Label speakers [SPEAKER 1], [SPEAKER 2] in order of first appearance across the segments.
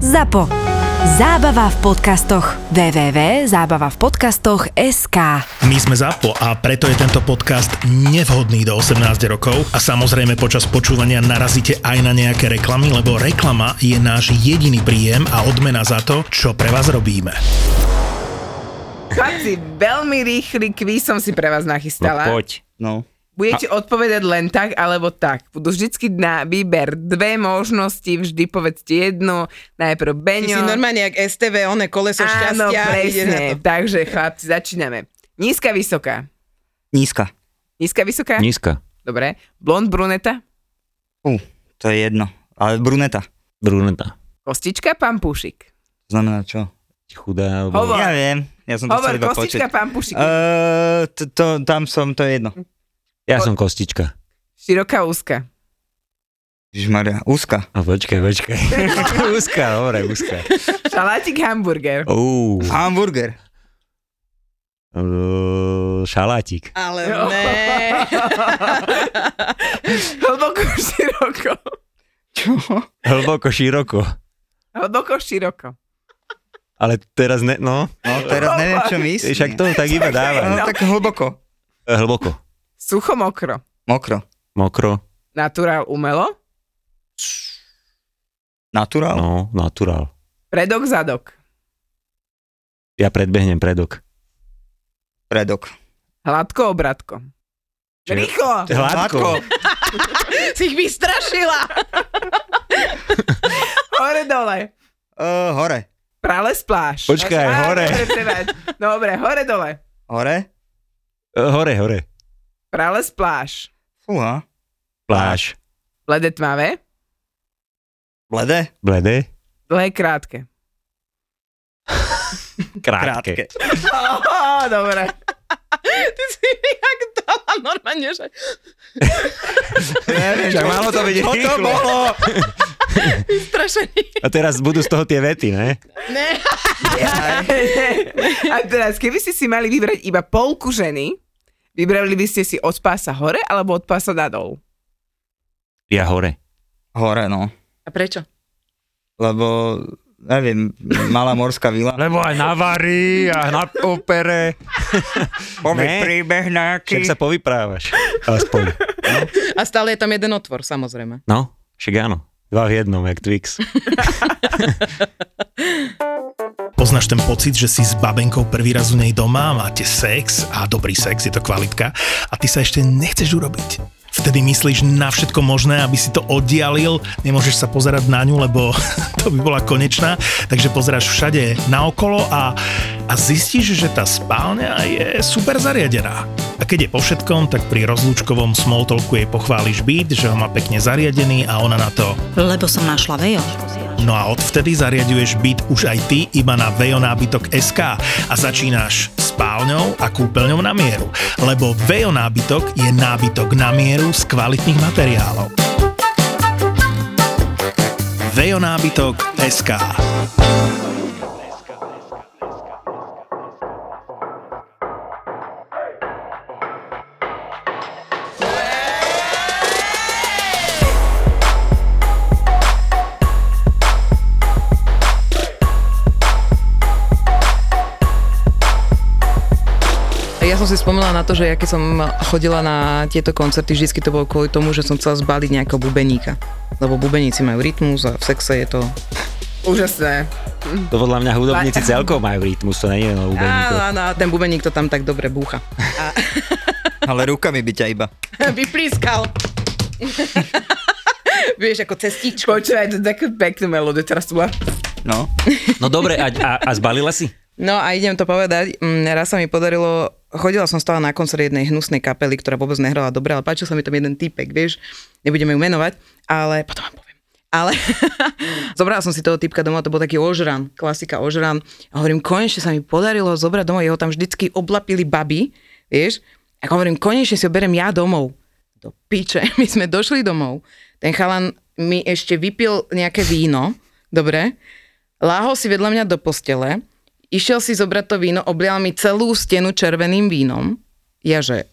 [SPEAKER 1] ZAPO. Zábava v podcastoch. www.zábavavpodcastoch.sk
[SPEAKER 2] My sme ZAPO a preto je tento podcast nevhodný do 18 rokov a samozrejme počas počúvania narazíte aj na nejaké reklamy, lebo reklama je náš jediný príjem a odmena za to, čo pre vás robíme.
[SPEAKER 3] Chlapci, veľmi rýchly kvíz som si pre vás nachystala.
[SPEAKER 4] No poď.
[SPEAKER 5] No.
[SPEAKER 3] Budete odpovedať len tak, alebo tak. Budú vždycky na výber dve možnosti, vždy povedzte jednu, najprv
[SPEAKER 6] Ty
[SPEAKER 3] Beňo.
[SPEAKER 6] si normálne jak STV, oné koleso
[SPEAKER 3] Áno,
[SPEAKER 6] šťastia. ide na
[SPEAKER 3] presne.
[SPEAKER 6] to.
[SPEAKER 3] Takže chlapci, začíname. Nízka, vysoká.
[SPEAKER 5] Nízka.
[SPEAKER 3] Nízka, vysoká?
[SPEAKER 4] Nízka.
[SPEAKER 3] Dobre. Blond, bruneta?
[SPEAKER 5] U, to je jedno. Ale bruneta.
[SPEAKER 4] Bruneta.
[SPEAKER 3] Kostička, pampušik.
[SPEAKER 5] To znamená čo?
[SPEAKER 4] Chudá. Alebo...
[SPEAKER 3] Hovor,
[SPEAKER 5] Ja viem. Ja som to
[SPEAKER 3] hovor
[SPEAKER 5] chcel iba
[SPEAKER 3] kostička,
[SPEAKER 5] počuť.
[SPEAKER 3] pampušik.
[SPEAKER 5] Uh, to, to, tam som, to je jedno.
[SPEAKER 4] Ja som kostička.
[SPEAKER 3] Široká, úzka.
[SPEAKER 5] Žižmaria. Úzka.
[SPEAKER 4] A počkaj, počkaj. úzka, dobre, úzka.
[SPEAKER 3] Šalátik, hamburger.
[SPEAKER 4] Uú.
[SPEAKER 5] Hamburger.
[SPEAKER 4] Uh, šalátik.
[SPEAKER 6] Ale ne.
[SPEAKER 3] Hlboko, široko.
[SPEAKER 5] Čo?
[SPEAKER 4] Hlboko, široko.
[SPEAKER 3] Hlboko, široko.
[SPEAKER 4] Ale teraz ne, no.
[SPEAKER 5] No, teraz neviem, čo myslím.
[SPEAKER 4] Však to tak iba dáva.
[SPEAKER 5] No, tak hlboko.
[SPEAKER 4] Hlboko.
[SPEAKER 3] Sucho, mokro.
[SPEAKER 5] Mokro.
[SPEAKER 4] Mokro.
[SPEAKER 3] Naturál, umelo.
[SPEAKER 5] Naturál.
[SPEAKER 4] No, naturál.
[SPEAKER 3] Predok, zadok.
[SPEAKER 4] Ja predbehnem predok.
[SPEAKER 5] Predok.
[SPEAKER 3] Hladko, obratko.
[SPEAKER 4] Čiže-
[SPEAKER 3] Rýchlo!
[SPEAKER 4] Hladko.
[SPEAKER 6] si ich vystrašila.
[SPEAKER 3] Hore, dole.
[SPEAKER 5] Uh, hore.
[SPEAKER 3] Prales, pláž.
[SPEAKER 4] Počkaj,
[SPEAKER 3] Á,
[SPEAKER 4] hore.
[SPEAKER 3] dobre, prepáč. Dobre, hore, dole.
[SPEAKER 5] Hore.
[SPEAKER 4] E, Hore, hore.
[SPEAKER 3] Prales, pláž.
[SPEAKER 5] Fúha.
[SPEAKER 4] Pláž.
[SPEAKER 3] Blede, tmavé.
[SPEAKER 5] Blede.
[SPEAKER 4] Bledé.
[SPEAKER 3] Dlhé, krátke.
[SPEAKER 4] Krátke.
[SPEAKER 3] Ó, dobre.
[SPEAKER 6] Ty si mi jak dala normálne, že
[SPEAKER 5] Neviem,
[SPEAKER 4] Však malo to byť
[SPEAKER 5] čo to
[SPEAKER 4] rýchlo.
[SPEAKER 5] bolo?
[SPEAKER 6] vystrašený.
[SPEAKER 4] A teraz budú z toho tie vety, ne?
[SPEAKER 6] Ne.
[SPEAKER 3] A teraz, keby ste si mali vybrať iba polku ženy, vybrali by ste si od pása hore alebo od pása nadol?
[SPEAKER 4] Ja hore.
[SPEAKER 5] Hore, no.
[SPEAKER 6] A prečo?
[SPEAKER 5] Lebo, neviem, malá morská vila.
[SPEAKER 4] Lebo aj na vary a na opere.
[SPEAKER 5] Povedz
[SPEAKER 4] Ne.
[SPEAKER 5] príbeh nejaký.
[SPEAKER 4] Však sa povyprávaš. Aspoň.
[SPEAKER 6] A stále je tam jeden otvor, samozrejme.
[SPEAKER 4] No, však áno. Dva v jednom, jak Twix.
[SPEAKER 2] Poznáš ten pocit, že si s babenkou prvý raz u nej doma, máte sex a dobrý sex, je to kvalitka a ty sa ešte nechceš urobiť. Vtedy myslíš na všetko možné, aby si to oddialil, nemôžeš sa pozerať na ňu, lebo to by bola konečná, takže pozeráš všade naokolo a, a zistíš, že tá spálňa je super zariadená. A keď je po všetkom, tak pri rozlúčkovom smalltalku jej pochváliš byt, že ho má pekne zariadený a ona na to
[SPEAKER 7] Lebo som našla vejo.
[SPEAKER 2] No a odvtedy zariaduješ byt už aj ty iba na vejonábytok SK a začínaš spálňou a kúpeľňou na mieru, lebo vejonábytok je nábytok na mieru z kvalitných materiálov. Vejonábytok SK
[SPEAKER 6] Ja som si spomínala na to, že ja keď som chodila na tieto koncerty, vždycky to bolo kvôli tomu, že som chcela zbaliť nejakého bubeníka. Lebo bubeníci majú rytmus a v sexe je to...
[SPEAKER 3] Úžasné.
[SPEAKER 4] To podľa mňa hudobníci celkovo majú rytmus, to nie je len
[SPEAKER 6] Áno,
[SPEAKER 4] hudobníkov.
[SPEAKER 6] áno, a ten bubeník to tam tak dobre búcha.
[SPEAKER 5] Ale rukami by ťa iba.
[SPEAKER 6] Vyplískal. Vieš, ako cestičko.
[SPEAKER 3] Počúvaj, to je takú peknú melódiu, teraz tu bola.
[SPEAKER 5] No.
[SPEAKER 4] No dobre, a, a, a zbalila si?
[SPEAKER 6] No a idem to povedať, mm, raz sa mi podarilo, chodila som stále na koncert jednej hnusnej kapely, ktorá vôbec nehrala dobre, ale páčil sa mi tam jeden typek, vieš, nebudeme ju menovať, ale potom vám poviem. Ale zobrala som si toho typka domov, to bol taký ožran, klasika ožran. A hovorím, konečne sa mi podarilo zobrať domov, jeho tam vždycky oblapili baby, vieš. A hovorím, konečne si ho berem ja domov. Do piče, my sme došli domov. Ten chalan mi ešte vypil nejaké víno, dobre. Láhol si vedľa mňa do postele, išiel si zobrať to víno, oblial mi celú stenu červeným vínom. Ja že,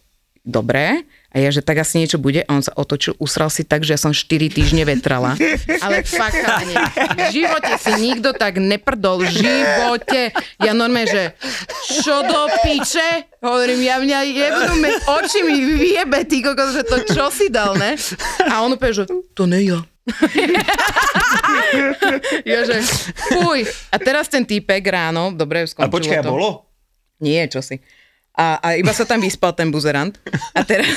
[SPEAKER 6] dobré. A A ja, že tak asi niečo bude. A on sa otočil, usral si tak, že ja som 4 týždne vetrala. Ale fakt, chalani, v živote si nikto tak neprdol. V živote. Ja normálne, že čo do piče? Hovorím, ja mňa jebnú me, oči mi vyjebe, ty kokos, že to čo si dal, ne? A on úplne, že to ne ja. ja, že fuj. A teraz ten týpek ráno, dobre,
[SPEAKER 8] A
[SPEAKER 6] skončilo
[SPEAKER 8] počkaj, a
[SPEAKER 6] to.
[SPEAKER 8] bolo?
[SPEAKER 6] Nie, čo si. A, a iba sa tam vyspal ten buzerant. A teraz...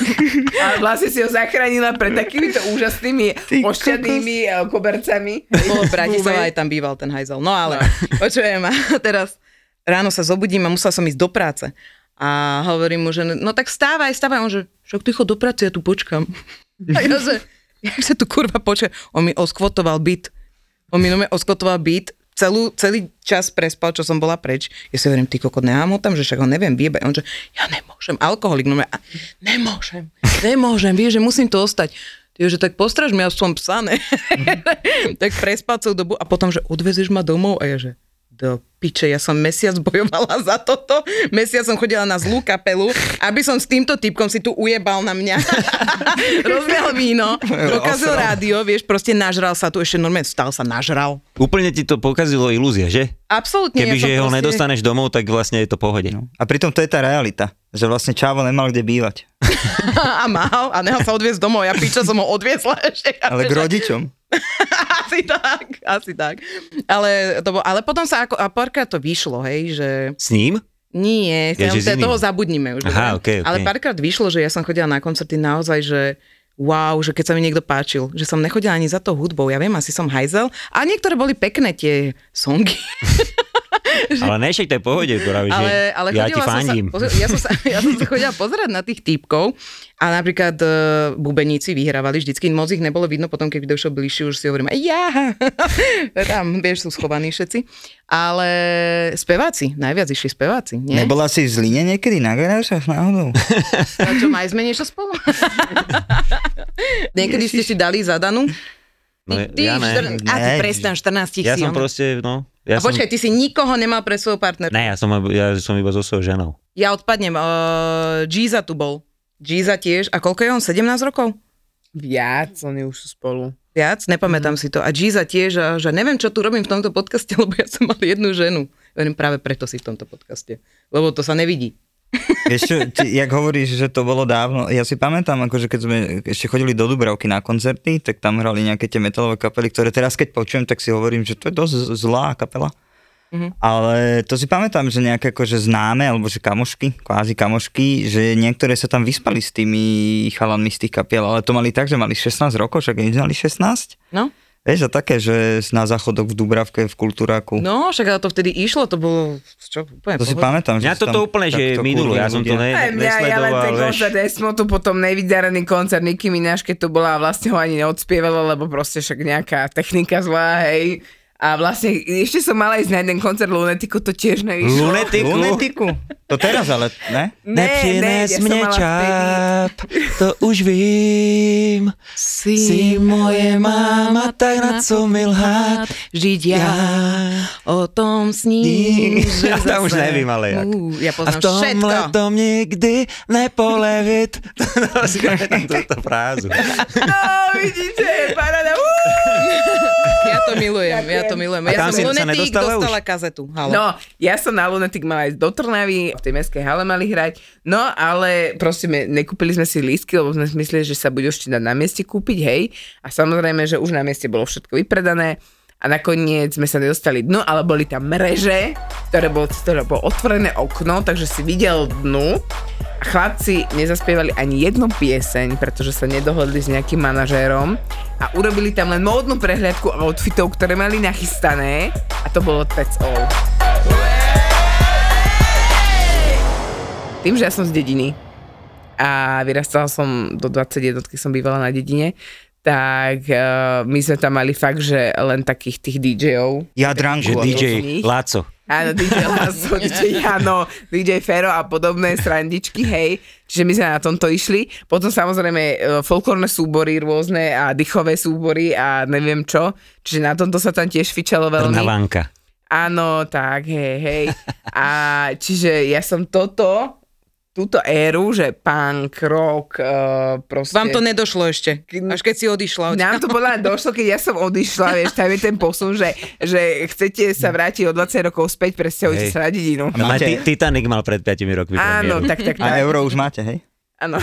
[SPEAKER 3] Ale vlastne si ho zachránila pred takýmito úžasnými ošťadnými eh, kobercami.
[SPEAKER 6] Bolo v Bratislava, aj tam býval ten hajzel. No ale, počujem, a teraz ráno sa zobudím a musela som ísť do práce. A hovorím mu, že no tak stávaj, stávaj. On že, však ty chod do práce, ja tu počkam. A ja že, jak sa tu kurva počuje? On mi oskvotoval byt. On mi nome oskvotoval byt. Celú, celý čas prespal, čo som bola preč. Ja si hovorím, ty kokot, nemám ho tam, že však ho neviem vyjebať. On že, ja nemôžem, alkoholik, no a nemôžem, nemôžem, vieš, že musím tu ostať. Ty že tak postraž mi, ja som psa, ne? tak prespal celú dobu a potom, že odvezieš ma domov a ja že, do piče, ja som mesiac bojovala za toto, mesiac som chodila na zlú kapelu, aby som s týmto typkom si tu ujebal na mňa. Rozmial víno, pokazil rádio, vieš, proste nažral sa tu, ešte normálne stal sa, nažral.
[SPEAKER 8] Úplne ti to pokazilo ilúzia, že?
[SPEAKER 6] Absolútne.
[SPEAKER 8] Kebyže
[SPEAKER 6] ja
[SPEAKER 8] ho
[SPEAKER 6] som proste-
[SPEAKER 8] nedostaneš domov, tak vlastne je to pohode.
[SPEAKER 5] No. A pritom to je tá realita, že vlastne Čavo nemal kde bývať.
[SPEAKER 6] A mal, a nehal sa odviezť domov, ja piča som ho odviezla ešte.
[SPEAKER 5] Ale k
[SPEAKER 6] Chápeš?
[SPEAKER 5] rodičom.
[SPEAKER 6] Asi tak, asi tak. Ale, to bol, ale potom sa ako, a párkrát to vyšlo, hej, že
[SPEAKER 8] S ním?
[SPEAKER 6] nie,
[SPEAKER 8] Ja,
[SPEAKER 6] ja,
[SPEAKER 8] že s iným.
[SPEAKER 6] toho zabudnime už.
[SPEAKER 8] Aha,
[SPEAKER 6] dobre?
[SPEAKER 8] okej, okej.
[SPEAKER 6] Ale párkrát vyšlo, že ja som chodila na koncerty naozaj, že wow, že keď sa mi niekto páčil, že som nechodila ani za to hudbou, ja viem, asi som hajzel, a niektoré boli pekné tie songy.
[SPEAKER 8] Ale ne, však to je pohode, to vravíš, že
[SPEAKER 6] ale, ale
[SPEAKER 8] ja ti
[SPEAKER 6] chodila som sa,
[SPEAKER 8] fandím.
[SPEAKER 6] pozor- ja, som sa, ja som sa chodila pozerať na tých týpkov a napríklad uh, bubeníci vyhrávali vždycky, moc ich nebolo vidno, potom keď došiel bližšie, už si hovorím, ja, tam, vieš, sú schovaní všetci. Ale speváci, najviac išli speváci, nie? Nebo...
[SPEAKER 5] Nebola si v Zline niekedy na garážach náhodou?
[SPEAKER 6] A čo, mali sme niečo spolu? Niekedy ste si dali zadanú?
[SPEAKER 8] No,
[SPEAKER 6] Ty, ty,
[SPEAKER 8] ja ne.
[SPEAKER 6] štrn- a ty
[SPEAKER 5] Ne.
[SPEAKER 6] prestan, 14
[SPEAKER 8] Ja
[SPEAKER 6] si.
[SPEAKER 8] som
[SPEAKER 6] ona.
[SPEAKER 8] proste, no...
[SPEAKER 6] a
[SPEAKER 8] Ja som,
[SPEAKER 6] počkaj, ty si nikoho nemal pre svojho partnera.
[SPEAKER 8] Ne, ja som, ja som iba so svojou ženou.
[SPEAKER 4] No,
[SPEAKER 6] Ja odpadnem. Uh, Giza tu bol. Giza tiež. A koľko je on? 17 rokov?
[SPEAKER 3] Viac, oni už sú spolu.
[SPEAKER 6] Viac? Nepamätám
[SPEAKER 8] Mhm.
[SPEAKER 6] si to. A Giza tiež, a, že neviem, čo tu robím v tomto podcaste, lebo ja som mal jednu ženu. Hovorím, práve preto si v tomto podcaste. Lebo to sa nevidí.
[SPEAKER 5] Vieš čo, ty, jak hovoríš, že to bolo dávno, ja si pamätám, akože keď sme ešte chodili do Dubravky na koncerty, tak tam hrali nejaké tie metalové kapely, ktoré teraz keď počujem, tak si hovorím, že to je dosť z- zlá kapela. Mm-hmm.
[SPEAKER 8] Mhm.
[SPEAKER 5] Ale to si pamätám, že nejaké akože známe, alebo že kamošky, kvázi kamošky, že niektoré sa tam vyspali s tými chalanmi z tých kapiel, ale to mali tak, že mali 16 rokov, však oni mali 16.
[SPEAKER 6] No?
[SPEAKER 5] Vieš, a také, že na záchodok v Dubravke, v Kultúráku. No,
[SPEAKER 6] No, však ale to vtedy išlo, to bolo čo, úplne
[SPEAKER 5] to si
[SPEAKER 6] pohoda.
[SPEAKER 5] pamätám.
[SPEAKER 8] Mňa
[SPEAKER 5] si
[SPEAKER 8] toto úplne, že
[SPEAKER 5] takto
[SPEAKER 8] minulo,
[SPEAKER 5] kurvili
[SPEAKER 8] ja som to
[SPEAKER 5] ľudia.
[SPEAKER 8] ne,
[SPEAKER 3] Aj mňa, ja len
[SPEAKER 8] nesledoval,
[SPEAKER 3] ten
[SPEAKER 8] vieš.
[SPEAKER 3] koncert Esmotu, potom nevydarený koncert Niky Mináš, keď to bola, vlastne ho ani neodspievala, lebo proste však nejaká technika zlá, hej. A vlastne ešte som mala ísť na jeden koncert Lunetiku, to tiež nevyšlo.
[SPEAKER 8] Lunetiku.
[SPEAKER 5] Lunetiku. To teraz ale, ne?
[SPEAKER 3] Ne, ne, ja som mala vtedy-
[SPEAKER 8] to už vím. Si, moje máma, tak na co mi lhát.
[SPEAKER 6] Žiť ja, o tom sní, že
[SPEAKER 8] Ja to už
[SPEAKER 6] zase-
[SPEAKER 8] nevím, ale jak.
[SPEAKER 6] Ú,
[SPEAKER 8] A
[SPEAKER 6] ja
[SPEAKER 8] v
[SPEAKER 6] poznám
[SPEAKER 8] tom
[SPEAKER 6] všetko.
[SPEAKER 8] letom nikdy nepolevit. To si pamätám túto frázu.
[SPEAKER 3] No, vidíte, paráda. Uú!
[SPEAKER 6] Ja to milujem, ja to milujem.
[SPEAKER 8] A
[SPEAKER 6] Ja
[SPEAKER 8] tam
[SPEAKER 6] som
[SPEAKER 8] si sa
[SPEAKER 6] lunetík,
[SPEAKER 8] nedostala už?
[SPEAKER 6] dostala kazetu. Halo.
[SPEAKER 3] No, ja som na Lunatic mala ísť do Trnavy, v tej mestskej hale mali hrať, no ale proste me, nekúpili sme si lístky, lebo sme si mysleli, že sa bude ešte dať na mieste kúpiť, hej. A samozrejme, že už na mieste bolo všetko vypredané a nakoniec sme sa nedostali dnu, ale boli tam mreže, ktoré bolo, ktoré bolo otvorené okno, takže si videl dnu. A chlapci nezaspievali ani jednu pieseň, pretože sa nedohodli s nejakým manažérom a urobili tam len módnu prehliadku outfitov, ktoré mali nachystané a to bolo that's all. Tým, že ja som z dediny a vyrastala som do 21 som bývala na dedine, tak uh, my sme tam mali fakt, že len takých tých DJ-ov.
[SPEAKER 5] Ja dranku.
[SPEAKER 8] Že
[SPEAKER 5] ale-
[SPEAKER 8] DJ
[SPEAKER 3] nich.
[SPEAKER 8] Láco.
[SPEAKER 3] Áno, DJ Lasso, DJ Jano, DJ Fero a podobné srandičky, hej. Čiže my sme na tomto išli. Potom samozrejme e, folklórne súbory rôzne a dychové súbory a neviem čo. Čiže na tomto sa tam tiež fičalo veľmi.
[SPEAKER 8] Trnavanka.
[SPEAKER 3] Áno, tak, hej, hej. A čiže ja som toto, túto éru, že punk, rock, uh, proste...
[SPEAKER 6] Vám to nedošlo ešte, až keď si odišla. Od...
[SPEAKER 3] Nám to podľa mňa došlo, keď ja som odišla, vieš, tam je ten posun, že, že chcete sa vrátiť o 20 rokov späť, presťahujte
[SPEAKER 4] Hej.
[SPEAKER 3] sa na dedinu.
[SPEAKER 5] A máte-
[SPEAKER 4] Máte... Titanic mal pred 5 rokmi
[SPEAKER 3] Áno,
[SPEAKER 4] premiéru.
[SPEAKER 3] tak, tak, tak.
[SPEAKER 5] A euro už máte, hej?
[SPEAKER 3] Áno.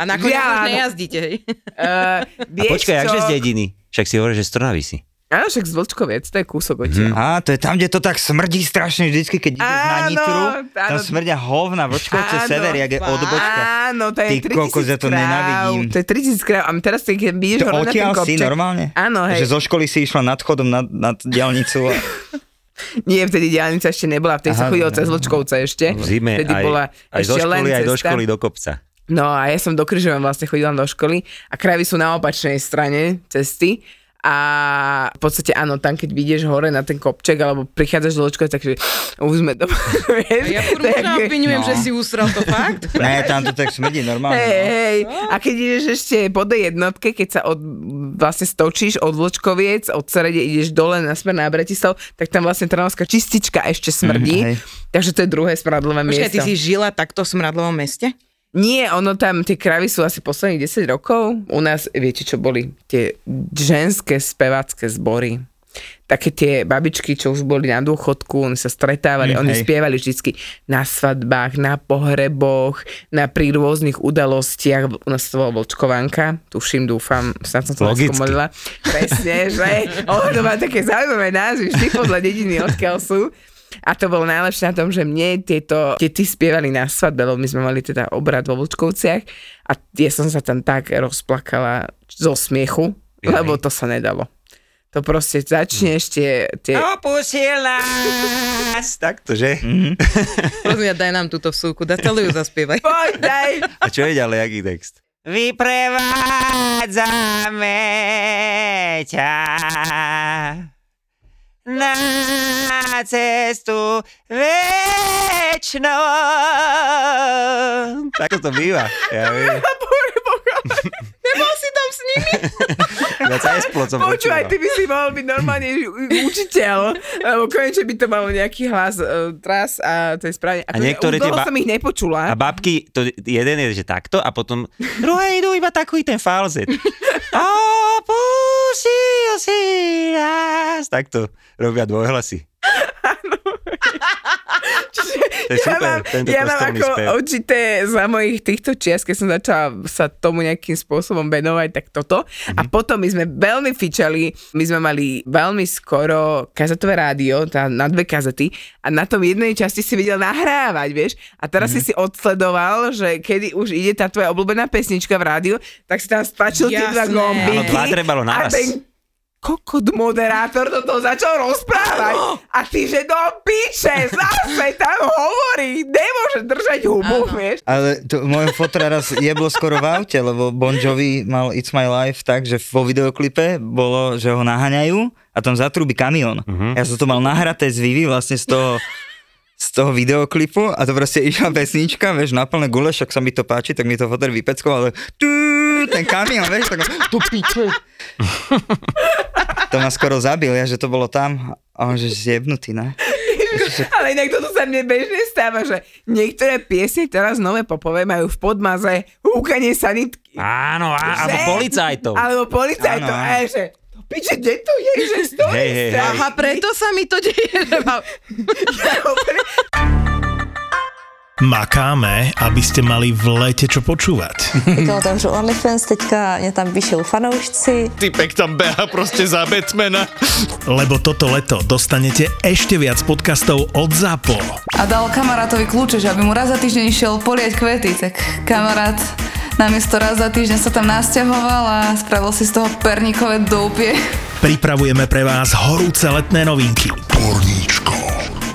[SPEAKER 6] A nakoniec
[SPEAKER 3] Ja,
[SPEAKER 6] už
[SPEAKER 3] áno.
[SPEAKER 6] nejazdíte, hej?
[SPEAKER 3] Uh,
[SPEAKER 4] A počkaj, akže z dediny? Však si hovoríš, že z Trnavy si.
[SPEAKER 3] Áno, však z Vlčkoviec, to je kúsok od hm.
[SPEAKER 5] Á, to je tam, kde to tak smrdí strašne vždycky, keď ideš na
[SPEAKER 3] Áno,
[SPEAKER 5] Nitru, tam
[SPEAKER 3] áno.
[SPEAKER 5] smrdia hovna,
[SPEAKER 3] Áno,
[SPEAKER 5] vočkovce sever, jak je
[SPEAKER 6] fakt.
[SPEAKER 5] odbočka.
[SPEAKER 3] Áno, to je
[SPEAKER 5] Ty kokos,
[SPEAKER 3] 3000
[SPEAKER 5] ja to
[SPEAKER 3] kráv.
[SPEAKER 5] nenávidím.
[SPEAKER 3] To je 3000 kráv. A teraz, keď vidíš
[SPEAKER 5] To
[SPEAKER 3] hore na ten
[SPEAKER 5] odtiaľ si
[SPEAKER 3] kopček...
[SPEAKER 5] normálne?
[SPEAKER 3] Áno, hej.
[SPEAKER 5] Že zo školy si išla nad chodom, nad, nad diálnicu a
[SPEAKER 3] Nie, vtedy diálnica ešte nebola, vtedy sa
[SPEAKER 5] Aha,
[SPEAKER 3] chodilo
[SPEAKER 5] dobre.
[SPEAKER 3] cez Vlčkovce ešte.
[SPEAKER 4] V zime
[SPEAKER 3] vtedy
[SPEAKER 4] aj,
[SPEAKER 3] bola
[SPEAKER 4] aj zo
[SPEAKER 3] ešte len
[SPEAKER 4] školy, aj do
[SPEAKER 3] cesta.
[SPEAKER 4] školy, do kopca.
[SPEAKER 3] No a ja som do Kryžovan vlastne chodila do školy a kravy sú na opačnej strane cesty a v podstate áno, tam keď vidieš hore na ten kopček alebo prichádzaš do ločka, takže už sme doma.
[SPEAKER 6] A ja furt možno obvinujem,
[SPEAKER 5] no.
[SPEAKER 6] že si usral to fakt.
[SPEAKER 5] ne, tam to tak smrdí normálne.
[SPEAKER 3] Hej,
[SPEAKER 5] no.
[SPEAKER 3] hej. A keď ideš ešte po tej jednotke, keď sa od, vlastne stočíš od Vlčkoviec, od Srede ideš dole na smer na Bratislav, tak tam vlastne Trnavská čistička ešte smrdí.
[SPEAKER 5] Mm, hej.
[SPEAKER 3] takže to je druhé smradlové
[SPEAKER 6] Počkaj, ty
[SPEAKER 3] miesto.
[SPEAKER 6] si žila takto v smradlovom meste?
[SPEAKER 3] Nie, ono tam, tie kravy sú asi posledných 10 rokov. U nás, viete čo boli? Tie ženské spevácké zbory. Také tie babičky, čo už boli na dôchodku, oni sa stretávali, mm,
[SPEAKER 5] Mm,
[SPEAKER 3] oni
[SPEAKER 5] hej.
[SPEAKER 3] spievali vždycky na svadbách, na pohreboch, na pri rôznych udalostiach. U nás to bola Vlčkovanka, tuším, dúfam, snad som sa
[SPEAKER 4] Logicky.
[SPEAKER 3] skomolila. Presne, že ono má také zaujímavé názvy, vždy podľa dediny, odkiaľ sú. A to bolo najlepšie na tom, že mne tieto deti spievali na svadbe, lebo my sme mali teda obrad vo Vlčkovciach a ja som sa tam tak rozplakala zo smiechu,
[SPEAKER 4] Jaj.
[SPEAKER 3] lebo to sa nedalo. To proste začneš tie... tie...
[SPEAKER 4] Opusila Takto, že?
[SPEAKER 3] Mm.
[SPEAKER 6] Prosím, ja, daj nám túto vsúku, da celú ju zaspievaj.
[SPEAKER 3] Poď, daj!
[SPEAKER 4] A čo je ďalej, aký text? Vyprevádzame ťa na cestu večnou. Takto to býva. Ja viem.
[SPEAKER 3] Nebol si tam s nimi?
[SPEAKER 4] Ja sa aj splocom
[SPEAKER 3] Počúvaj, ty
[SPEAKER 4] počúva.
[SPEAKER 3] by si mohol byť normálne u- učiteľ, lebo konečne by to malo nejaký hlas, e, tras a to je správne. Ako,
[SPEAKER 4] niektoré tie
[SPEAKER 3] dlho
[SPEAKER 4] ba-
[SPEAKER 3] som ich nepočula.
[SPEAKER 4] A babky, to jeden je, že takto a potom druhé idú iba takový ten falzet. Opustil si nás. Takto robia dvojhlasy. To je super, tento
[SPEAKER 3] ja mám
[SPEAKER 4] kostolný
[SPEAKER 3] ako
[SPEAKER 4] spev.
[SPEAKER 3] určité za mojich týchto čias, keď som začala sa tomu nejakým spôsobom venovať, tak toto. A
[SPEAKER 4] Mhm.
[SPEAKER 3] potom my sme veľmi fičali, my sme mali veľmi skoro kazetové rádio, tá na dve kazety a na tom jednej časti si vedel nahrávať, vieš. A teraz
[SPEAKER 4] Mhm.
[SPEAKER 3] si si odsledoval, že kedy už ide tá tvoja obľúbená pesnička v rádiu, tak si tam stlačil tie dva
[SPEAKER 6] Jasné.
[SPEAKER 3] gombíky.
[SPEAKER 4] Áno, dva trebalo
[SPEAKER 3] a
[SPEAKER 4] naraz.
[SPEAKER 3] ten kokot moderátor do toho začal
[SPEAKER 4] No.
[SPEAKER 3] rozprávať a ty, že do piče, zase tam hovorí, nemôže držať hubu,
[SPEAKER 6] Áno.
[SPEAKER 3] vieš.
[SPEAKER 5] Ale to, môj fotra raz jeblo skoro v aute, lebo Bon Jovi mal It's My Life tak, že vo videoklipe bolo, že ho naháňajú a tam zatrubí kamión. Ja som to mal nahraté z Vivi vlastne z toho z toho videoklipu a to proste išla pesnička, vieš, na plné gule, však sa mi to páči, tak mi to foter vypeckoval, ale tú, ten kamión, vieš, tak to piče. To ma skoro zabil, ja, že to bolo tam a on že zjebnutý, ne?
[SPEAKER 3] Ale inak toto sa mne bežne stáva, že niektoré piesne teraz nové popové majú v podmaze húkanie sanitky.
[SPEAKER 4] Áno, á,
[SPEAKER 3] Že?
[SPEAKER 4] alebo policajtov.
[SPEAKER 3] Alebo policajtov.
[SPEAKER 5] Áno,
[SPEAKER 3] A
[SPEAKER 5] áno.
[SPEAKER 3] ja, že do piče, kde to je, že stojí
[SPEAKER 4] Hej, hej, hej.
[SPEAKER 6] Aha, preto sa mi to deje, že mám...
[SPEAKER 2] Makáme, aby ste mali v lete čo počúvať.
[SPEAKER 9] Teďka otevřu OnlyFans, teďka mě tam píšou fanoušci.
[SPEAKER 10] Typek tam beha proste za Batmana.
[SPEAKER 2] Lebo toto leto dostanete ešte viac podcastov od ZAPO.
[SPEAKER 11] a dal kamarátovi kľúče, že aby mu raz za týždeň išiel polieť kvety, tak kamarát namiesto raz za týždeň sa tam nasťahoval a spravil si z toho perníkové doupie.
[SPEAKER 2] Pripravujeme pre vás horúce letné novinky.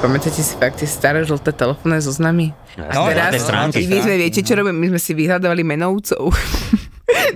[SPEAKER 3] Pamätáte si fakt tie staré žlté telefónne zoznamy?
[SPEAKER 5] No, žlté stránky.
[SPEAKER 3] my sme, viete, čo robíme? My sme si vyhľadovali menovcov.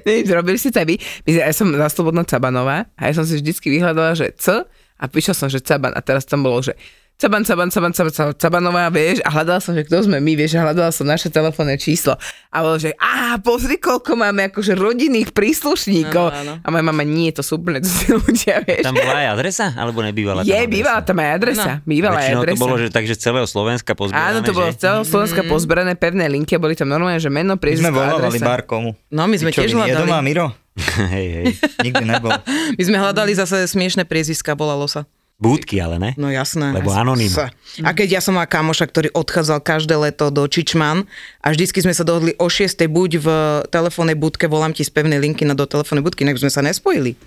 [SPEAKER 3] Neviem, robili ste to aj vy. My, ja som za Slobodná Cabanová a ja som si vždycky vyhľadala, že C a píšel som, že Caban a teraz tam bolo, že Caban, Caban, Caban, Caban, Caban, Cabanová, vieš, a hľadala som, že kto sme my, vieš, a hľadala som naše telefónne číslo. A bolo, že a pozri, koľko máme akože rodinných príslušníkov.
[SPEAKER 4] Áno,
[SPEAKER 3] A
[SPEAKER 4] áno.
[SPEAKER 3] moja mama, nie, to sú úplne cudzí ľudia, vieš.
[SPEAKER 4] Tam bola aj adresa? Alebo nebývala tam
[SPEAKER 3] Je,
[SPEAKER 4] adresa?
[SPEAKER 3] bývala tam aj adresa.
[SPEAKER 4] Áno.
[SPEAKER 3] Bývala aj
[SPEAKER 4] Väčšinou
[SPEAKER 3] adresa.
[SPEAKER 4] to bolo, že takže celého Slovenska pozbierané,
[SPEAKER 3] Áno, to bolo
[SPEAKER 4] že?
[SPEAKER 3] z celého Slovenska mm. pozberené pevné linky a boli tam normálne, že meno,
[SPEAKER 5] My
[SPEAKER 3] priezvisko,
[SPEAKER 5] sme volávali
[SPEAKER 3] adresa.
[SPEAKER 5] Barkomu.
[SPEAKER 6] No, my sme
[SPEAKER 5] Ty čo,
[SPEAKER 6] tiež
[SPEAKER 5] vy nie
[SPEAKER 6] hľadali.
[SPEAKER 5] doma, Miro?
[SPEAKER 4] hej, hej.
[SPEAKER 5] Nikdy nebol.
[SPEAKER 6] My sme hľadali zase smiešne priezviska, bola losa.
[SPEAKER 4] Búdky ale, ne?
[SPEAKER 6] No jasné.
[SPEAKER 4] Lebo anonym.
[SPEAKER 6] Sa. A keď ja som mala kamoša, ktorý odchádzal každé leto do Čičman a vždycky sme sa dohodli o 6. buď v telefónnej budke, volám ti z pevnej linky na do telefónnej budky, inak by sme sa nespojili.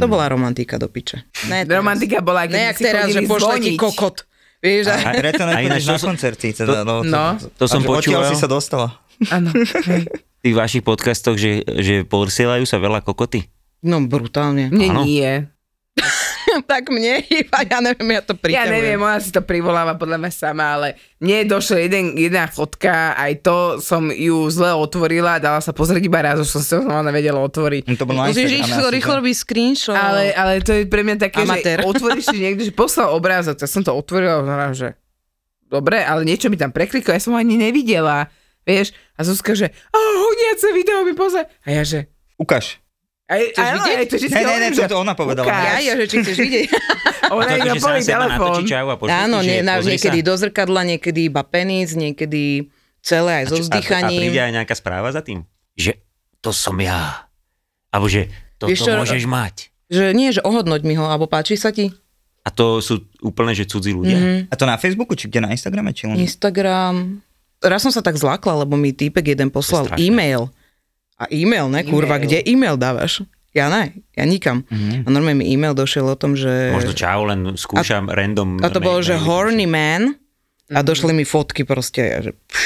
[SPEAKER 6] To bola romantika do piče.
[SPEAKER 3] Ne, Hmm. Romantika bola, keď
[SPEAKER 6] Ne,
[SPEAKER 3] ne,
[SPEAKER 6] ak
[SPEAKER 3] si
[SPEAKER 6] teraz, že
[SPEAKER 3] chodili
[SPEAKER 6] pošle ti
[SPEAKER 3] zvoniť.
[SPEAKER 6] kokot. Vieš, a...
[SPEAKER 5] A preto nechodíš na koncerty. Teda,
[SPEAKER 4] to-
[SPEAKER 5] lebo
[SPEAKER 4] No. to som
[SPEAKER 5] a že Odtiaľ
[SPEAKER 4] počúval.
[SPEAKER 5] si sa dostala.
[SPEAKER 3] Áno.
[SPEAKER 4] V tých vašich podcastoch, že, že posielajú sa veľa kokoty.
[SPEAKER 6] No brutálne.
[SPEAKER 3] Mne
[SPEAKER 4] Áno.
[SPEAKER 3] nie.
[SPEAKER 6] tak mne iba, ja neviem, ja to
[SPEAKER 3] Ja
[SPEAKER 6] priťahujem.
[SPEAKER 3] neviem, ona si to privoláva podľa mňa sama, ale mne došla jeden, jedna fotka, aj to som ju zle otvorila, dala sa pozrieť iba raz, už som si to ona nevedela otvoriť.
[SPEAKER 5] Hm, To bolo
[SPEAKER 6] Musíš ísť rýchlo robiť screenshot.
[SPEAKER 3] Ale, ale to je pre mňa také,
[SPEAKER 6] No. Amatér.
[SPEAKER 3] že otvoríš si niekde, že poslal obrázok, tak som to otvorila a hovorím, že dobre, ale niečo mi tam prekliklo, ja som ho ani nevidela, vieš, a Zuzka, že a honiace video mi pozrieť. A ja, že
[SPEAKER 5] Ukáž.
[SPEAKER 3] a,
[SPEAKER 6] Chceš
[SPEAKER 3] áno,
[SPEAKER 6] vidieť?
[SPEAKER 3] aj to, že si
[SPEAKER 5] Ne, ne, ne,
[SPEAKER 3] hovorím,
[SPEAKER 5] to,
[SPEAKER 3] že
[SPEAKER 5] to ona povedala.
[SPEAKER 3] ukáž.
[SPEAKER 6] Ja, ja, že či chceš vidieť.
[SPEAKER 3] Ona iba
[SPEAKER 4] to, že sám
[SPEAKER 3] povie
[SPEAKER 4] seba
[SPEAKER 3] telefón.
[SPEAKER 4] natočí čau a pošle ti,
[SPEAKER 6] Áno,
[SPEAKER 4] že
[SPEAKER 6] nie, na,
[SPEAKER 4] pozri
[SPEAKER 6] niekedy
[SPEAKER 4] sa.
[SPEAKER 6] do zrkadla, niekedy iba penis, niekedy celé aj
[SPEAKER 4] A, a
[SPEAKER 6] so
[SPEAKER 4] príde
[SPEAKER 6] vzdychaním.
[SPEAKER 4] aj nejaká správa za tým, že to som ja. Alebo že toto
[SPEAKER 6] Vieš čo,
[SPEAKER 4] môžeš mať.
[SPEAKER 6] Že nie, že ohodnoť mi ho, alebo páči sa ti?
[SPEAKER 4] A to sú úplne, že cudzí ľudia.
[SPEAKER 6] Mhm.
[SPEAKER 5] A to na Facebooku, či kde na Instagrame, či
[SPEAKER 4] Mhm.
[SPEAKER 5] len...
[SPEAKER 6] Instagram. Raz som sa tak zlákla, lebo mi týpek jeden poslal
[SPEAKER 5] strašné.
[SPEAKER 6] e-mail. A e-mail, ne, kurva,
[SPEAKER 5] E-mail.
[SPEAKER 6] kde e-mail dávaš? Ja ne, ja nikam. A normálne mi e-mail došiel o tom, že...
[SPEAKER 4] Mhm. Možno čau, len skúšam random.
[SPEAKER 6] A No to bolo, že
[SPEAKER 4] mail.
[SPEAKER 6] horny man a došli mi fotky proste. a Že, pš,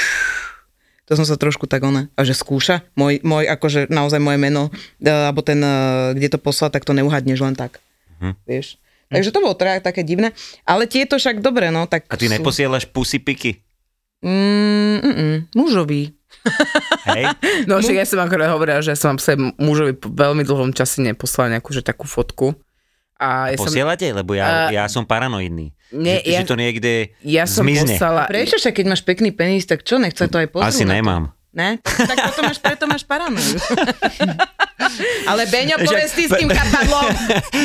[SPEAKER 6] to som sa trošku tak ona, a že skúša, môj, môj akože naozaj moje meno, e, alebo ten, e, kde to poslal, tak to neuhadneš len tak,
[SPEAKER 4] Mhm.
[SPEAKER 6] vieš. Takže to bolo teda také divné, ale tieto však dobre, no, tak
[SPEAKER 4] A ty
[SPEAKER 6] sú-
[SPEAKER 4] neposielaš pusy piky.
[SPEAKER 6] Mm, mm, mm, mužovi.
[SPEAKER 4] Hej?
[SPEAKER 3] No však ja som akorát hovorila, že ja som vám mužovi po veľmi dlhom čase neposlala nejakú že takú fotku. A, ja som,
[SPEAKER 4] Posielate? Lebo ja,
[SPEAKER 3] A-
[SPEAKER 4] ja som paranoidný.
[SPEAKER 3] Nie,
[SPEAKER 4] že, ja,
[SPEAKER 3] ja-
[SPEAKER 4] že to niekde
[SPEAKER 3] ja som
[SPEAKER 4] zmizne.
[SPEAKER 3] poslala...
[SPEAKER 6] Prečo však, keď máš pekný penis, tak čo, nechce to aj pozrieť?
[SPEAKER 4] Asi
[SPEAKER 6] na to?
[SPEAKER 4] nemám.
[SPEAKER 6] Ne? Tak potom máš, preto máš paranoju. ale Beňo,
[SPEAKER 4] Však-
[SPEAKER 6] povedz ty s tým kapadlom.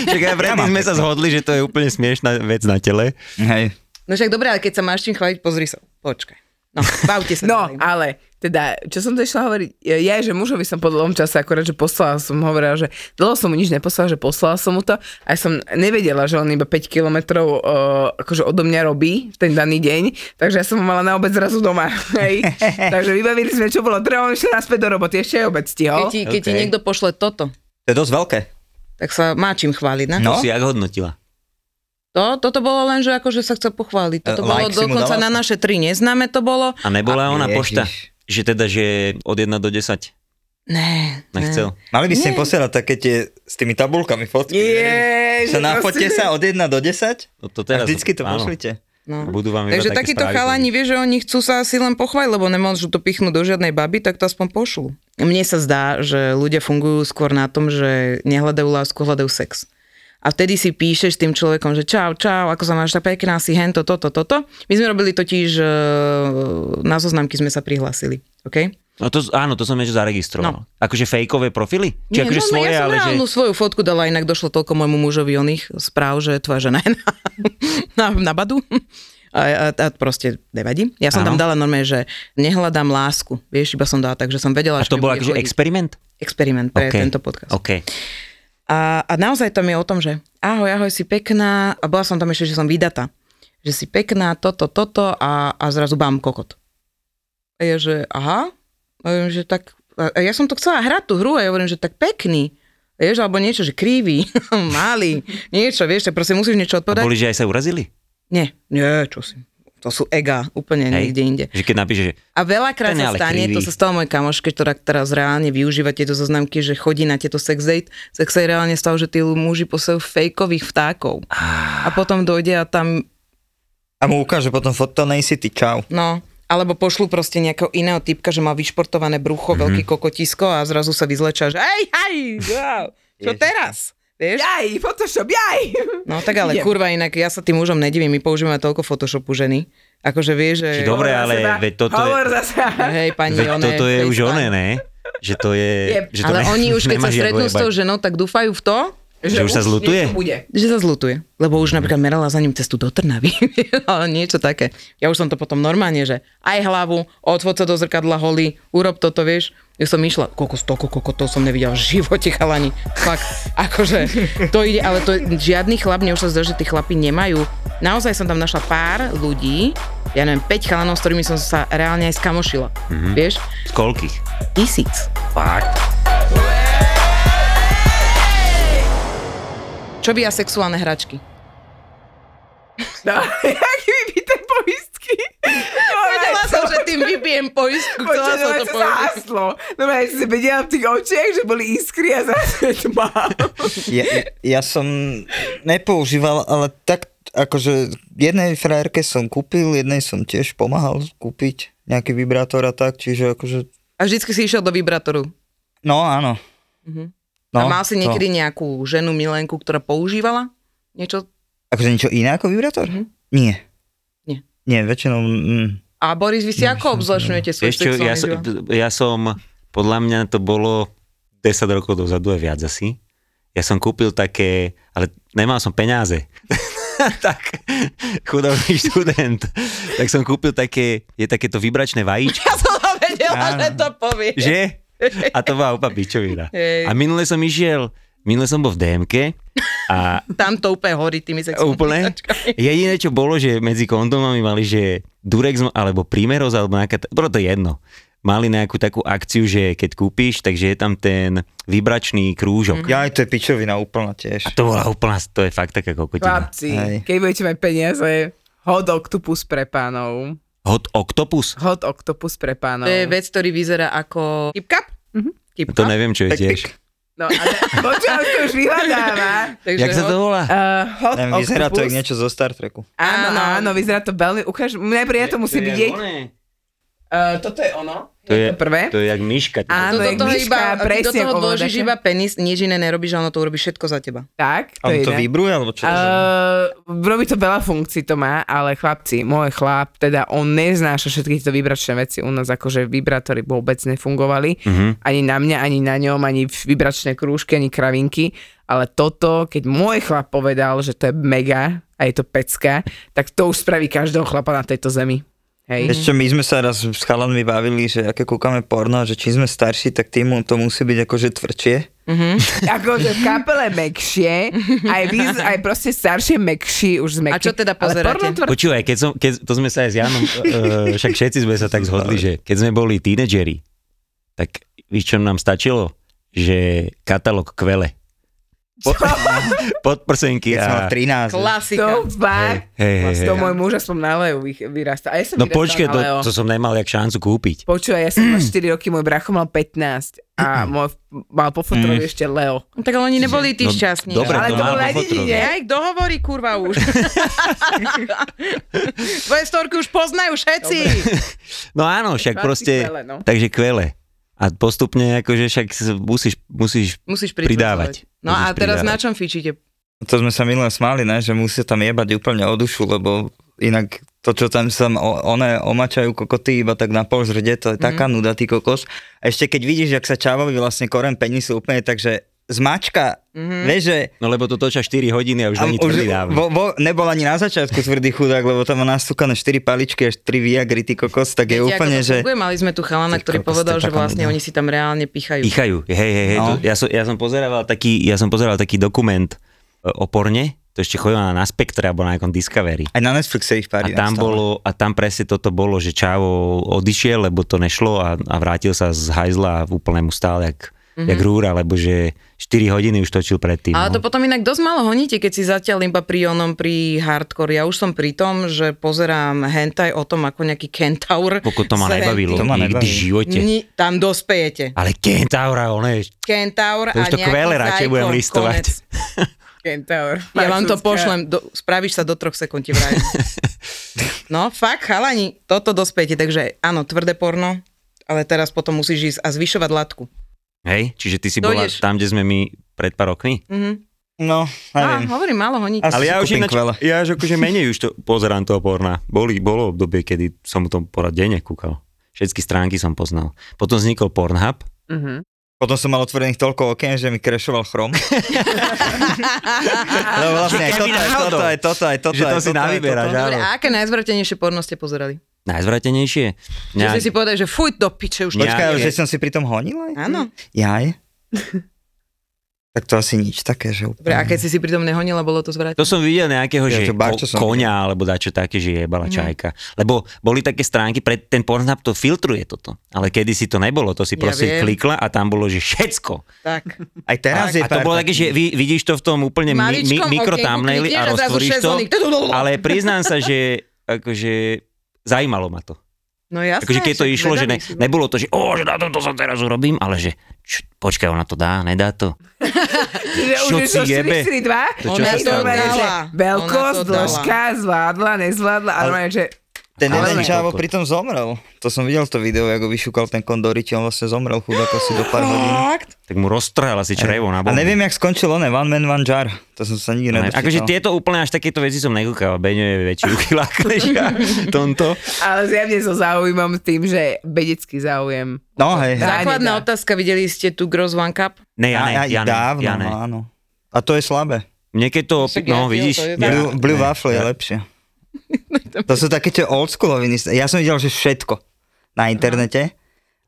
[SPEAKER 4] Čak aj predtým sme sa zhodli, že to je úplne smiešná vec na tele.
[SPEAKER 5] Hej.
[SPEAKER 6] No však dobre, ale keď sa máš čím chváliť, pozri sa. Počkaj. No, bavte sa.
[SPEAKER 3] No, ale teda, čo som to išla hovoriť, ja, že mužovi som po dlhom čase akorát, že poslala som, hovorila, že dlho som mu nič neposlala, že poslala som mu to a ja som nevedela, že on iba 5 kilometrov eh, akože odo mňa robí v ten daný deň, takže ja som ho mala na obec zrazu doma. Hej. takže vybavili sme, čo bolo treba, on išiel naspäť do roboty, ešte aj obec
[SPEAKER 6] Keď
[SPEAKER 3] stihol.
[SPEAKER 6] ti, keď ti
[SPEAKER 4] Okej.
[SPEAKER 6] niekto pošle toto,
[SPEAKER 5] To je dosť veľké.
[SPEAKER 6] tak sa má čím chváliť, ne?
[SPEAKER 4] No. To si jak hodnotila?
[SPEAKER 6] To, toto bolo len, že akože sa chcel pochváliť.
[SPEAKER 4] E,
[SPEAKER 6] Toto bolo
[SPEAKER 4] like si mu
[SPEAKER 6] dokonca
[SPEAKER 4] dala?
[SPEAKER 6] na naše tri neznáme to bolo.
[SPEAKER 4] A nebola
[SPEAKER 6] A-
[SPEAKER 4] ona
[SPEAKER 6] Ježiš.
[SPEAKER 4] pošta? Že teda, že od 1 do 10
[SPEAKER 6] Ne,
[SPEAKER 4] nechcel?
[SPEAKER 5] Mali by ste
[SPEAKER 6] Nie.
[SPEAKER 5] im posielať také tie s tými tabulkami fotky.
[SPEAKER 6] Je,
[SPEAKER 5] že
[SPEAKER 6] že
[SPEAKER 5] nafotte
[SPEAKER 6] proste-
[SPEAKER 5] sa od 1 do 10
[SPEAKER 4] No to
[SPEAKER 5] a
[SPEAKER 4] teraz,
[SPEAKER 5] vždycky to
[SPEAKER 4] áno.
[SPEAKER 5] pošlite.
[SPEAKER 6] No.
[SPEAKER 4] Budú vám iba
[SPEAKER 6] Takže
[SPEAKER 4] také
[SPEAKER 6] takíto
[SPEAKER 4] správy
[SPEAKER 6] chalani, vieš, že oni chcú sa asi len pochváliť, lebo nemôžu to pichnúť do žiadnej baby, tak to aspoň pošlu. Mne sa zdá, že ľudia fungujú skôr na tom, že nehľadajú lásku, hľadajú sex. A vtedy si píšeš s tým človekom, že čau, čau, ako sa máš, tak pekná si, hento, toto, toto. My sme robili totiž, e, na zoznamky sme sa prihlásili, OK?
[SPEAKER 4] No to, áno, to som ešte
[SPEAKER 6] No.
[SPEAKER 4] zaregistroval. Akože fejkové profily? Či akože
[SPEAKER 6] normálne,
[SPEAKER 4] svoje,
[SPEAKER 6] ja som
[SPEAKER 4] ale že...
[SPEAKER 6] reálnu svoju fotku dala, inak došlo toľko môjmu mužovi oných správ, že tvoja žena je na, na, na badu. A A, a, a proste nevadí. Ja som
[SPEAKER 4] Áno.
[SPEAKER 6] tam dala normálne, že nehľadám lásku. Vieš, iba som dala tak, že som
[SPEAKER 4] A
[SPEAKER 6] vedela, že
[SPEAKER 4] to
[SPEAKER 6] mi
[SPEAKER 4] bol
[SPEAKER 6] bude
[SPEAKER 4] akože
[SPEAKER 6] chodiť.
[SPEAKER 4] experiment?
[SPEAKER 6] Experiment
[SPEAKER 4] OK.
[SPEAKER 6] pre okay. tento podcast.
[SPEAKER 4] OK.
[SPEAKER 6] A, a naozaj to mi je o tom, že ahoj, ahoj, si pekná. A bola som tam ešte, že som vydata. Že si pekná, toto, toto a, a zrazu bám kokot. A ja, že aha. A ja, že tak, a a ja som to chcela hrať tú hru a ja hovorím, že tak pekný. Vieš, alebo niečo, že krivý, malý, niečo, vieš, tak proste musíš niečo
[SPEAKER 4] A
[SPEAKER 6] odpovedať.
[SPEAKER 4] boli, že aj sa urazili?
[SPEAKER 6] Nie, nie, čo si. To sú ega, úplne
[SPEAKER 4] Hej?
[SPEAKER 6] niekde inde.
[SPEAKER 4] Že keď napíše, že
[SPEAKER 6] A veľakrát
[SPEAKER 4] Ten je
[SPEAKER 6] sa
[SPEAKER 4] ale
[SPEAKER 6] stane,
[SPEAKER 4] krivý.
[SPEAKER 6] to sa stalo mojej kamoške, ktorá teraz reálne využíva tieto zoznamky, že chodí na tieto sex date, tak sa jej reálne stalo, že tí muži posielajú fejkových vtákov.
[SPEAKER 4] Ah.
[SPEAKER 6] A potom dojde a tam,
[SPEAKER 5] A mu ukáže potom foto, nejsi ty, čau.
[SPEAKER 6] no, alebo pošlu proste nejakého iného typka, že má vyšportované
[SPEAKER 4] Mhm.
[SPEAKER 6] brucho, mm-hmm. veľký kokotisko a zrazu sa vyzlečia, že hej, hej, wow, čo teraz? Vieš?
[SPEAKER 3] Jaj, Photoshop, jaj!
[SPEAKER 6] No tak ale
[SPEAKER 3] Idem.
[SPEAKER 6] kurva, inak ja sa tým mužom nedivím, my používame toľko Photoshopu ženy. Akože vieš, že...
[SPEAKER 4] Či dobre,
[SPEAKER 6] Hovor za
[SPEAKER 4] ale
[SPEAKER 3] Teda,
[SPEAKER 6] seba,
[SPEAKER 4] veď toto je-
[SPEAKER 6] hovor za seba. Hej, pani,
[SPEAKER 4] veď
[SPEAKER 6] one,
[SPEAKER 4] toto je už
[SPEAKER 6] FaceTime.
[SPEAKER 4] oné, no. ne? Že to je... Že to
[SPEAKER 6] ale
[SPEAKER 4] ne,
[SPEAKER 6] oni už, keď sa
[SPEAKER 4] nemá žiadnu
[SPEAKER 6] stretnú s tou
[SPEAKER 4] jebať.
[SPEAKER 6] ženou, tak dúfajú v to,
[SPEAKER 4] Že už sa zľutuje?
[SPEAKER 3] niečo bude.
[SPEAKER 6] Že sa zlutuje. Lebo už napríklad merala za ním cestu do Trnavy. ale niečo také. Ja už som to potom normálne, že aj hlavu, odvod sa do zrkadla holý, urob toto, vieš. Ja som išla, koľko stoko, koľko to som nevidela v živote, chalani. Fakt, akože to ide, ale to je- žiadny chlap, mne už sa zdá, že tí chlapi nemajú. Naozaj som tam našla pár ľudí, ja neviem, 5 chalanov, s ktorými som sa reálne aj skamošila.
[SPEAKER 4] Mhm.
[SPEAKER 6] Vieš?
[SPEAKER 4] Z koľkých?
[SPEAKER 6] Tisíc.
[SPEAKER 4] Fakt.
[SPEAKER 6] Čo by a sexuálne hračky?
[SPEAKER 3] No, aký mi by ten poistky?
[SPEAKER 6] Vedela som, že tým vybijem poistku, chcela som to povedať.
[SPEAKER 3] Haslo. No ja si vedela v tých očiach, že boli iskry a zase je tma.
[SPEAKER 5] Ja, ja som nepoužíval, ale tak akože jednej frajerke som kúpil, jednej som tiež pomáhal kúpiť nejaký vibrátor a tak, čiže akože...
[SPEAKER 6] A vždycky si išiel do vibratoru.
[SPEAKER 5] No áno.
[SPEAKER 6] Mhm.
[SPEAKER 5] No,
[SPEAKER 6] a mal si niekedy
[SPEAKER 5] To.
[SPEAKER 6] nejakú ženu, milenku, ktorá používala niečo?
[SPEAKER 5] Akože niečo iné ako vibrátor? Mm-hmm. Nie.
[SPEAKER 6] Mhm. Nie.
[SPEAKER 5] Nie, väčšinou... Mm,
[SPEAKER 6] A Boris, vy si ako obzločňujete svoj
[SPEAKER 4] Vieš čo,
[SPEAKER 6] sexuálny
[SPEAKER 4] ja, som-
[SPEAKER 6] život?
[SPEAKER 4] ja som, podľa mňa to bolo 10 rokov dozadu a viac asi. Ja som kúpil také, ale nemal som peniaze. tak chudobný študent. tak som kúpil také, je takéto vibračné vajíčko,
[SPEAKER 6] Ja som to vedela,
[SPEAKER 4] Áno.
[SPEAKER 6] že to povie.
[SPEAKER 4] že? A to bola úplná pičovina.
[SPEAKER 6] Hej.
[SPEAKER 4] A minule som išiel, minule som bol v DMK a
[SPEAKER 6] Tam to úplne horí tými sexuálnymi
[SPEAKER 4] Úplne.
[SPEAKER 6] hračkami.
[SPEAKER 4] Jediné, čo bolo, že medzi kondomami mali, že Durex alebo Primeros, alebo nejaká, bolo to jedno. Mali nejakú takú akciu, že keď kúpiš, takže je tam ten vibračný krúžok.
[SPEAKER 5] Ja aj to je pičovina úplná
[SPEAKER 4] A
[SPEAKER 5] tiež.
[SPEAKER 4] to bola úplná, to je fakt taká kokotina.
[SPEAKER 3] Chlapci, keď budete mať peniaze, hot octopus pre pánov.
[SPEAKER 4] Hot octopus?
[SPEAKER 3] Hot octopus pre pánov.
[SPEAKER 6] To je vec, ktorý vyzerá ako... Kipkap? Kipkap?
[SPEAKER 4] no. To neviem, čo je tiež.
[SPEAKER 3] No a počúvam, to už vyhľadáva.
[SPEAKER 6] Takže
[SPEAKER 4] Jak sa to volá?
[SPEAKER 3] Uh, hot
[SPEAKER 5] Neviem, vyzerá to jak
[SPEAKER 3] octopus.
[SPEAKER 5] niečo zo Star Treku.
[SPEAKER 3] Áno, áno, vyzerá to veľmi... Ukáž, najprv ja to musím vidieť. Uh, toto je ono.
[SPEAKER 4] To je,
[SPEAKER 3] prvé?
[SPEAKER 4] to je jak myška.
[SPEAKER 3] Áno,
[SPEAKER 6] do
[SPEAKER 3] jak
[SPEAKER 6] toho,
[SPEAKER 3] myška,
[SPEAKER 6] iba, ty do
[SPEAKER 3] presne
[SPEAKER 6] toho
[SPEAKER 3] ako
[SPEAKER 6] vložíš
[SPEAKER 3] ovládača.
[SPEAKER 6] iba penis, nič iné nerobíš, a ono to urobí všetko za teba.
[SPEAKER 3] Tak, to
[SPEAKER 5] A
[SPEAKER 3] je
[SPEAKER 5] on to
[SPEAKER 3] iné.
[SPEAKER 5] vybruje, alebo čo?
[SPEAKER 3] Uh, robí to veľa funkcií, to má, ale chlapci, môj chlap, teda on neznáša všetky tieto vibračné veci u nás, akože vibrátory vôbec nefungovali,
[SPEAKER 4] Mhm.
[SPEAKER 3] ani na mňa, ani na ňom, ani v- vibračné krúžky, ani kravinky, ale toto, keď môj chlap povedal, že to je mega a je to pecka, tak to už spraví každého chlapa na tejto zemi. Hej.
[SPEAKER 5] Ešte my sme sa raz s chalanmi bavili, že aké kúkame porno, že čím sme starší, tak tým to musí byť akože tvrdšie.
[SPEAKER 3] akože v kapele mekšie, aj, vy, aj proste staršie mekší už sme. A čo
[SPEAKER 6] teda
[SPEAKER 3] pozeráte? Ale porno tvrdé
[SPEAKER 4] Počúvaj, keď som, keď, to sme sa aj s Janom, uh, však všetci sme sa tak zhodli, že keď sme boli tínedžeri, tak víš, čo nám stačilo? Že katalóg kvele. Pod, podprsenky
[SPEAKER 5] Keď som
[SPEAKER 4] a...
[SPEAKER 5] mal 13.
[SPEAKER 6] Klasika.
[SPEAKER 3] To fakt.
[SPEAKER 4] Hej, hej,
[SPEAKER 3] Vlastne
[SPEAKER 4] hej.
[SPEAKER 3] to môj muž aspoň na Leo vych- vyrastá. A ja som
[SPEAKER 4] No
[SPEAKER 3] vyrastala
[SPEAKER 4] počkaj,
[SPEAKER 3] na
[SPEAKER 4] to,
[SPEAKER 3] Leo.
[SPEAKER 4] to som nemal jak šancu kúpiť.
[SPEAKER 3] Počúvaj, ja som mal 4 roky, môj bracho mal 15 a môj mal po fotrovi
[SPEAKER 4] Mm.
[SPEAKER 3] ešte Leo.
[SPEAKER 6] No, Tak ale oni neboli tí
[SPEAKER 4] No,
[SPEAKER 6] šťastní.
[SPEAKER 4] dobre,
[SPEAKER 6] ale
[SPEAKER 4] to má vo
[SPEAKER 6] bolo aj
[SPEAKER 4] fotrovi.
[SPEAKER 6] dedine. Aj kto hovorí, kurva už. Tvoje storky už poznajú všetci.
[SPEAKER 4] No áno, však
[SPEAKER 6] Chlapci
[SPEAKER 4] proste,
[SPEAKER 6] kvele, no.
[SPEAKER 4] takže kvele. A postupne akože však s- musíš, musíš,
[SPEAKER 6] Musíš
[SPEAKER 4] pridávať.
[SPEAKER 6] No a
[SPEAKER 4] Musíš
[SPEAKER 6] teraz na
[SPEAKER 4] pridávať.
[SPEAKER 6] čom fičíte?
[SPEAKER 5] To sme sa minule smáli, ne? že musia tam jebať úplne o dušu, lebo inak to, čo tam sa one omačajú kokoty iba tak na pol
[SPEAKER 6] Mhm.
[SPEAKER 5] zrde, to je taká nuda, ty kokos. A ešte keď vidíš, jak sa čávovi vlastne koren penisu úplne, takže zmačka,
[SPEAKER 6] Mhm.
[SPEAKER 5] mm-hmm. vieš, že...
[SPEAKER 4] No lebo to toča 4 hodiny a už
[SPEAKER 5] a
[SPEAKER 4] není
[SPEAKER 5] už
[SPEAKER 4] tvrdý dávno.
[SPEAKER 5] vo, vo, nebol ani na začiatku tvrdý chudák, lebo tam má nastúkané 4 paličky až 3 viagry, ty kokos, tak je
[SPEAKER 6] Viete, ako
[SPEAKER 5] úplne,
[SPEAKER 6] to
[SPEAKER 5] že...
[SPEAKER 6] funguje? Mali sme tu chalana,
[SPEAKER 5] Ty
[SPEAKER 6] ktorý
[SPEAKER 5] kokos, to
[SPEAKER 6] povedal,
[SPEAKER 5] je
[SPEAKER 6] že
[SPEAKER 5] taká
[SPEAKER 6] vlastne
[SPEAKER 5] nudná.
[SPEAKER 6] oni si tam reálne pichajú.
[SPEAKER 4] Pichajú, hej, hej, hej.
[SPEAKER 5] No.
[SPEAKER 4] No. Ja, som, ja som pozerával taký, ja som pozeral taký dokument e, o porne, to ešte chodilo na, na Spectre alebo na nejakom Discovery.
[SPEAKER 5] Aj na Netflixe ich
[SPEAKER 4] A
[SPEAKER 5] pári.
[SPEAKER 4] tam, bolo, a tam presne toto bolo, že Čavo odišiel, lebo to nešlo a, a vrátil sa z hajzla v úplnému stále, jak,
[SPEAKER 6] Mhm.
[SPEAKER 4] mm-hmm. jak rúra, lebo že 4 hodiny už točil predtým.
[SPEAKER 6] Ale to
[SPEAKER 4] no.
[SPEAKER 6] potom inak dosť málo honíte, keď si zatiaľ iba pri onom, pri hardcore. Ja už som pri tom, že pozerám hentai o tom ako nejaký kentaur.
[SPEAKER 4] Poko to ma
[SPEAKER 6] sa
[SPEAKER 4] nebavilo, to
[SPEAKER 6] henty.
[SPEAKER 4] ma nikdy v živote.
[SPEAKER 6] Ni, tam dospejete.
[SPEAKER 4] Ale Kentaura, on je,
[SPEAKER 6] Kentaur
[SPEAKER 4] to už
[SPEAKER 6] a
[SPEAKER 4] to
[SPEAKER 6] nejaký
[SPEAKER 4] kvele radšej
[SPEAKER 6] zajko,
[SPEAKER 4] budem listovať.
[SPEAKER 6] konec.
[SPEAKER 3] Kentaur.
[SPEAKER 6] Ja vám to
[SPEAKER 3] Francúzska.
[SPEAKER 6] pošlem, do, spravíš sa do troch sekúnd, ti vrajím. No, fakt, chalani, toto dospejete, takže áno, tvrdé porno, ale teraz potom musíš ísť a zvyšovať latku.
[SPEAKER 4] Hej, čiže ty si bola
[SPEAKER 6] Dojdeš.
[SPEAKER 4] tam, kde sme my pred pár rokmi?
[SPEAKER 6] Mhm.
[SPEAKER 5] No,
[SPEAKER 6] Á, hovorím, málo honíte.
[SPEAKER 4] Ale ja už, ináč, ja už akože menej už to pozerám toho porna. Boli, bolo obdobie, kedy som o tom porad denne kúkal. Všetky stránky som poznal. Potom vznikol Pornhub.
[SPEAKER 3] Mhm.
[SPEAKER 5] Potom som mal otvorených toľko okien, že mi krešoval chrom. Lebo vlastne aj toto, aj toto, aj toto, aj toto.
[SPEAKER 4] Že to
[SPEAKER 5] aj
[SPEAKER 4] si
[SPEAKER 5] toto, aj
[SPEAKER 4] navyberáš,
[SPEAKER 5] toto.
[SPEAKER 6] Dobre, a aké najzvratenejšie porno ste pozerali?
[SPEAKER 4] Najzvratenejšie?
[SPEAKER 6] Že ste si povedali, že fuj, do piče už. to
[SPEAKER 5] Počkaj,
[SPEAKER 6] nie je.
[SPEAKER 5] že som si pri tom honila?
[SPEAKER 6] Áno.
[SPEAKER 5] Jaj. tak to asi nič také, že
[SPEAKER 6] Dobre, a
[SPEAKER 5] úplne.
[SPEAKER 6] keď si si pri tom nehonila, bolo to zvratené?
[SPEAKER 4] To som videl nejakého,
[SPEAKER 5] Ja
[SPEAKER 4] že
[SPEAKER 5] to barčo
[SPEAKER 4] ko,
[SPEAKER 5] som
[SPEAKER 4] konia, alebo dačo také, že jebala
[SPEAKER 6] Mhm.
[SPEAKER 4] čajka. Lebo boli také stránky, pred, ten Pornhub to filtruje toto. Ale kedy si to nebolo, to si
[SPEAKER 6] Ja
[SPEAKER 4] proste
[SPEAKER 6] viem.
[SPEAKER 4] klikla a tam bolo, že všetko.
[SPEAKER 6] Tak.
[SPEAKER 5] Aj teraz je
[SPEAKER 4] a, a to
[SPEAKER 5] pár
[SPEAKER 4] bolo také, že vy, vidíš to v tom úplne mi, mi,
[SPEAKER 6] Maličkom
[SPEAKER 4] mikro
[SPEAKER 6] okienku
[SPEAKER 4] thumbnaili
[SPEAKER 6] klikneš
[SPEAKER 4] a
[SPEAKER 6] a zrazu
[SPEAKER 4] roztvoríš
[SPEAKER 6] šesť
[SPEAKER 4] to.
[SPEAKER 6] oných. Tudululu.
[SPEAKER 4] Ale priznám sa, že akože zajímalo ma to.
[SPEAKER 6] No jasné.
[SPEAKER 4] Akože keď to
[SPEAKER 6] však
[SPEAKER 4] išlo, že ne,
[SPEAKER 6] vedavý si bol.
[SPEAKER 4] nebolo to, že o, že na tomto som teraz urobím, ale že č, počkaj, ona to dá, nedá to.
[SPEAKER 3] Že
[SPEAKER 4] Čo
[SPEAKER 3] už je to
[SPEAKER 4] si jebe?
[SPEAKER 3] 4-3-2.
[SPEAKER 4] To čo
[SPEAKER 3] Ona
[SPEAKER 4] sa
[SPEAKER 3] to
[SPEAKER 4] stalo?
[SPEAKER 3] že
[SPEAKER 6] Dala.
[SPEAKER 3] veľkosť,
[SPEAKER 6] Ona to dala.
[SPEAKER 3] dĺžka, zvládla, nezvládla, ale, ale že
[SPEAKER 5] Ten
[SPEAKER 3] Ale ne.
[SPEAKER 5] jeden čavo pritom zomrel. To som videl to video, ako vyšúkal ten kondoriti, on vlastne zomrel chudák asi do pár hodín.
[SPEAKER 4] Tak mu roztrhal asi črevo na
[SPEAKER 5] A
[SPEAKER 4] bombu.
[SPEAKER 5] neviem, jak skončil on, One Man, One Jar. To som sa nikdy nedočítal.
[SPEAKER 4] Akože tieto úplne až takéto veci som nekúkal. Beňo je väčší uchylák než ja. Tomto.
[SPEAKER 3] Ale zjavne so záujmom tým, že vedecký záujem.
[SPEAKER 5] No hej, hej.
[SPEAKER 6] Základná otázka, videli ste tu Gross One Cup?
[SPEAKER 4] Ne, ja ne,
[SPEAKER 5] A- a-
[SPEAKER 4] ja ne,
[SPEAKER 5] dávno,
[SPEAKER 4] ja ne.
[SPEAKER 5] No, áno. A to je slabé.
[SPEAKER 4] Mne keď to,
[SPEAKER 6] Však ja
[SPEAKER 4] no
[SPEAKER 6] tiež, to je
[SPEAKER 4] vidíš,
[SPEAKER 6] tak.
[SPEAKER 5] Blue, blue
[SPEAKER 4] ne,
[SPEAKER 5] waffle je
[SPEAKER 4] ja-
[SPEAKER 5] lepšie. To sú také tie oldschooloviny. Ja som videl, že všetko na internete.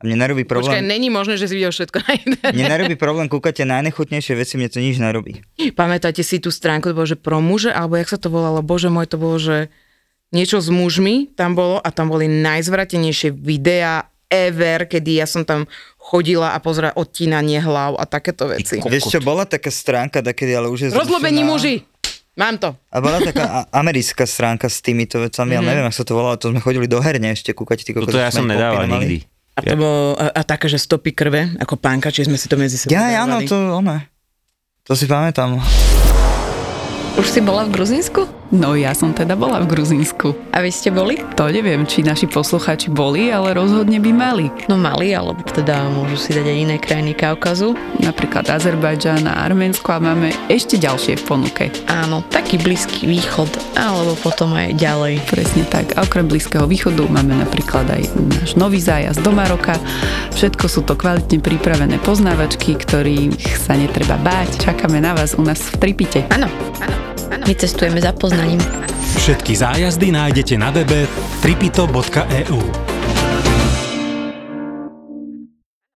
[SPEAKER 5] A mne nerobí
[SPEAKER 6] Počkaj,
[SPEAKER 5] problém.
[SPEAKER 6] není možné, že si videl všetko na
[SPEAKER 5] Mne
[SPEAKER 6] internete.
[SPEAKER 5] nerobí problém kúkať tie najnechutnejšie veci, mne to nič nerobí.
[SPEAKER 6] Pamätáte si tú stránku, to bolo, že pro muže, alebo jak sa to volalo, bože môj, to bolo, že niečo s mužmi tam bolo a tam boli najzvratenejšie videá ever, kedy ja som tam chodila a pozerala odtínanie hlav a takéto veci.
[SPEAKER 5] Vieš čo, bola taká stránka, takedy, ale už je zrušená.
[SPEAKER 6] Rozlobení muži! Mám to.
[SPEAKER 5] A bola taká a- americká stránka s týmito vecami, ja
[SPEAKER 6] Mhm.
[SPEAKER 5] neviem, ako sa to volalo, to sme chodili do herne ešte kúkať. Ty,
[SPEAKER 4] Toto ja som nedával nikdy.
[SPEAKER 6] A to bolo, a, a také, že stopy krve, ako pánka, čiže sme si to medzi sebou
[SPEAKER 5] Ja,
[SPEAKER 4] no,
[SPEAKER 5] ja, áno,
[SPEAKER 6] dávali.
[SPEAKER 5] to ono. To si pamätám.
[SPEAKER 7] Už si bola v Gruzínsku? No ja som teda bola v Gruzínsku. A vy ste boli? To neviem, či naši poslucháči boli, ale rozhodne by mali. No mali, alebo teda môžu si dať aj iné krajiny Kaukazu. Napríklad Azerbajdžan a Arménsko a máme ešte ďalšie v ponuke. Áno, taký blízky východ, alebo potom aj ďalej. Presne tak. A okrem Blízkeho východu máme napríklad aj náš nový zájazd do Maroka. Všetko sú to kvalitne pripravené poznávačky, ktorých sa netreba báť. Čakáme na vás u nás v Tripite. Áno, áno. My cestujeme za poznaním.
[SPEAKER 12] Všetky zájazdy nájdete na webe tripito.eu.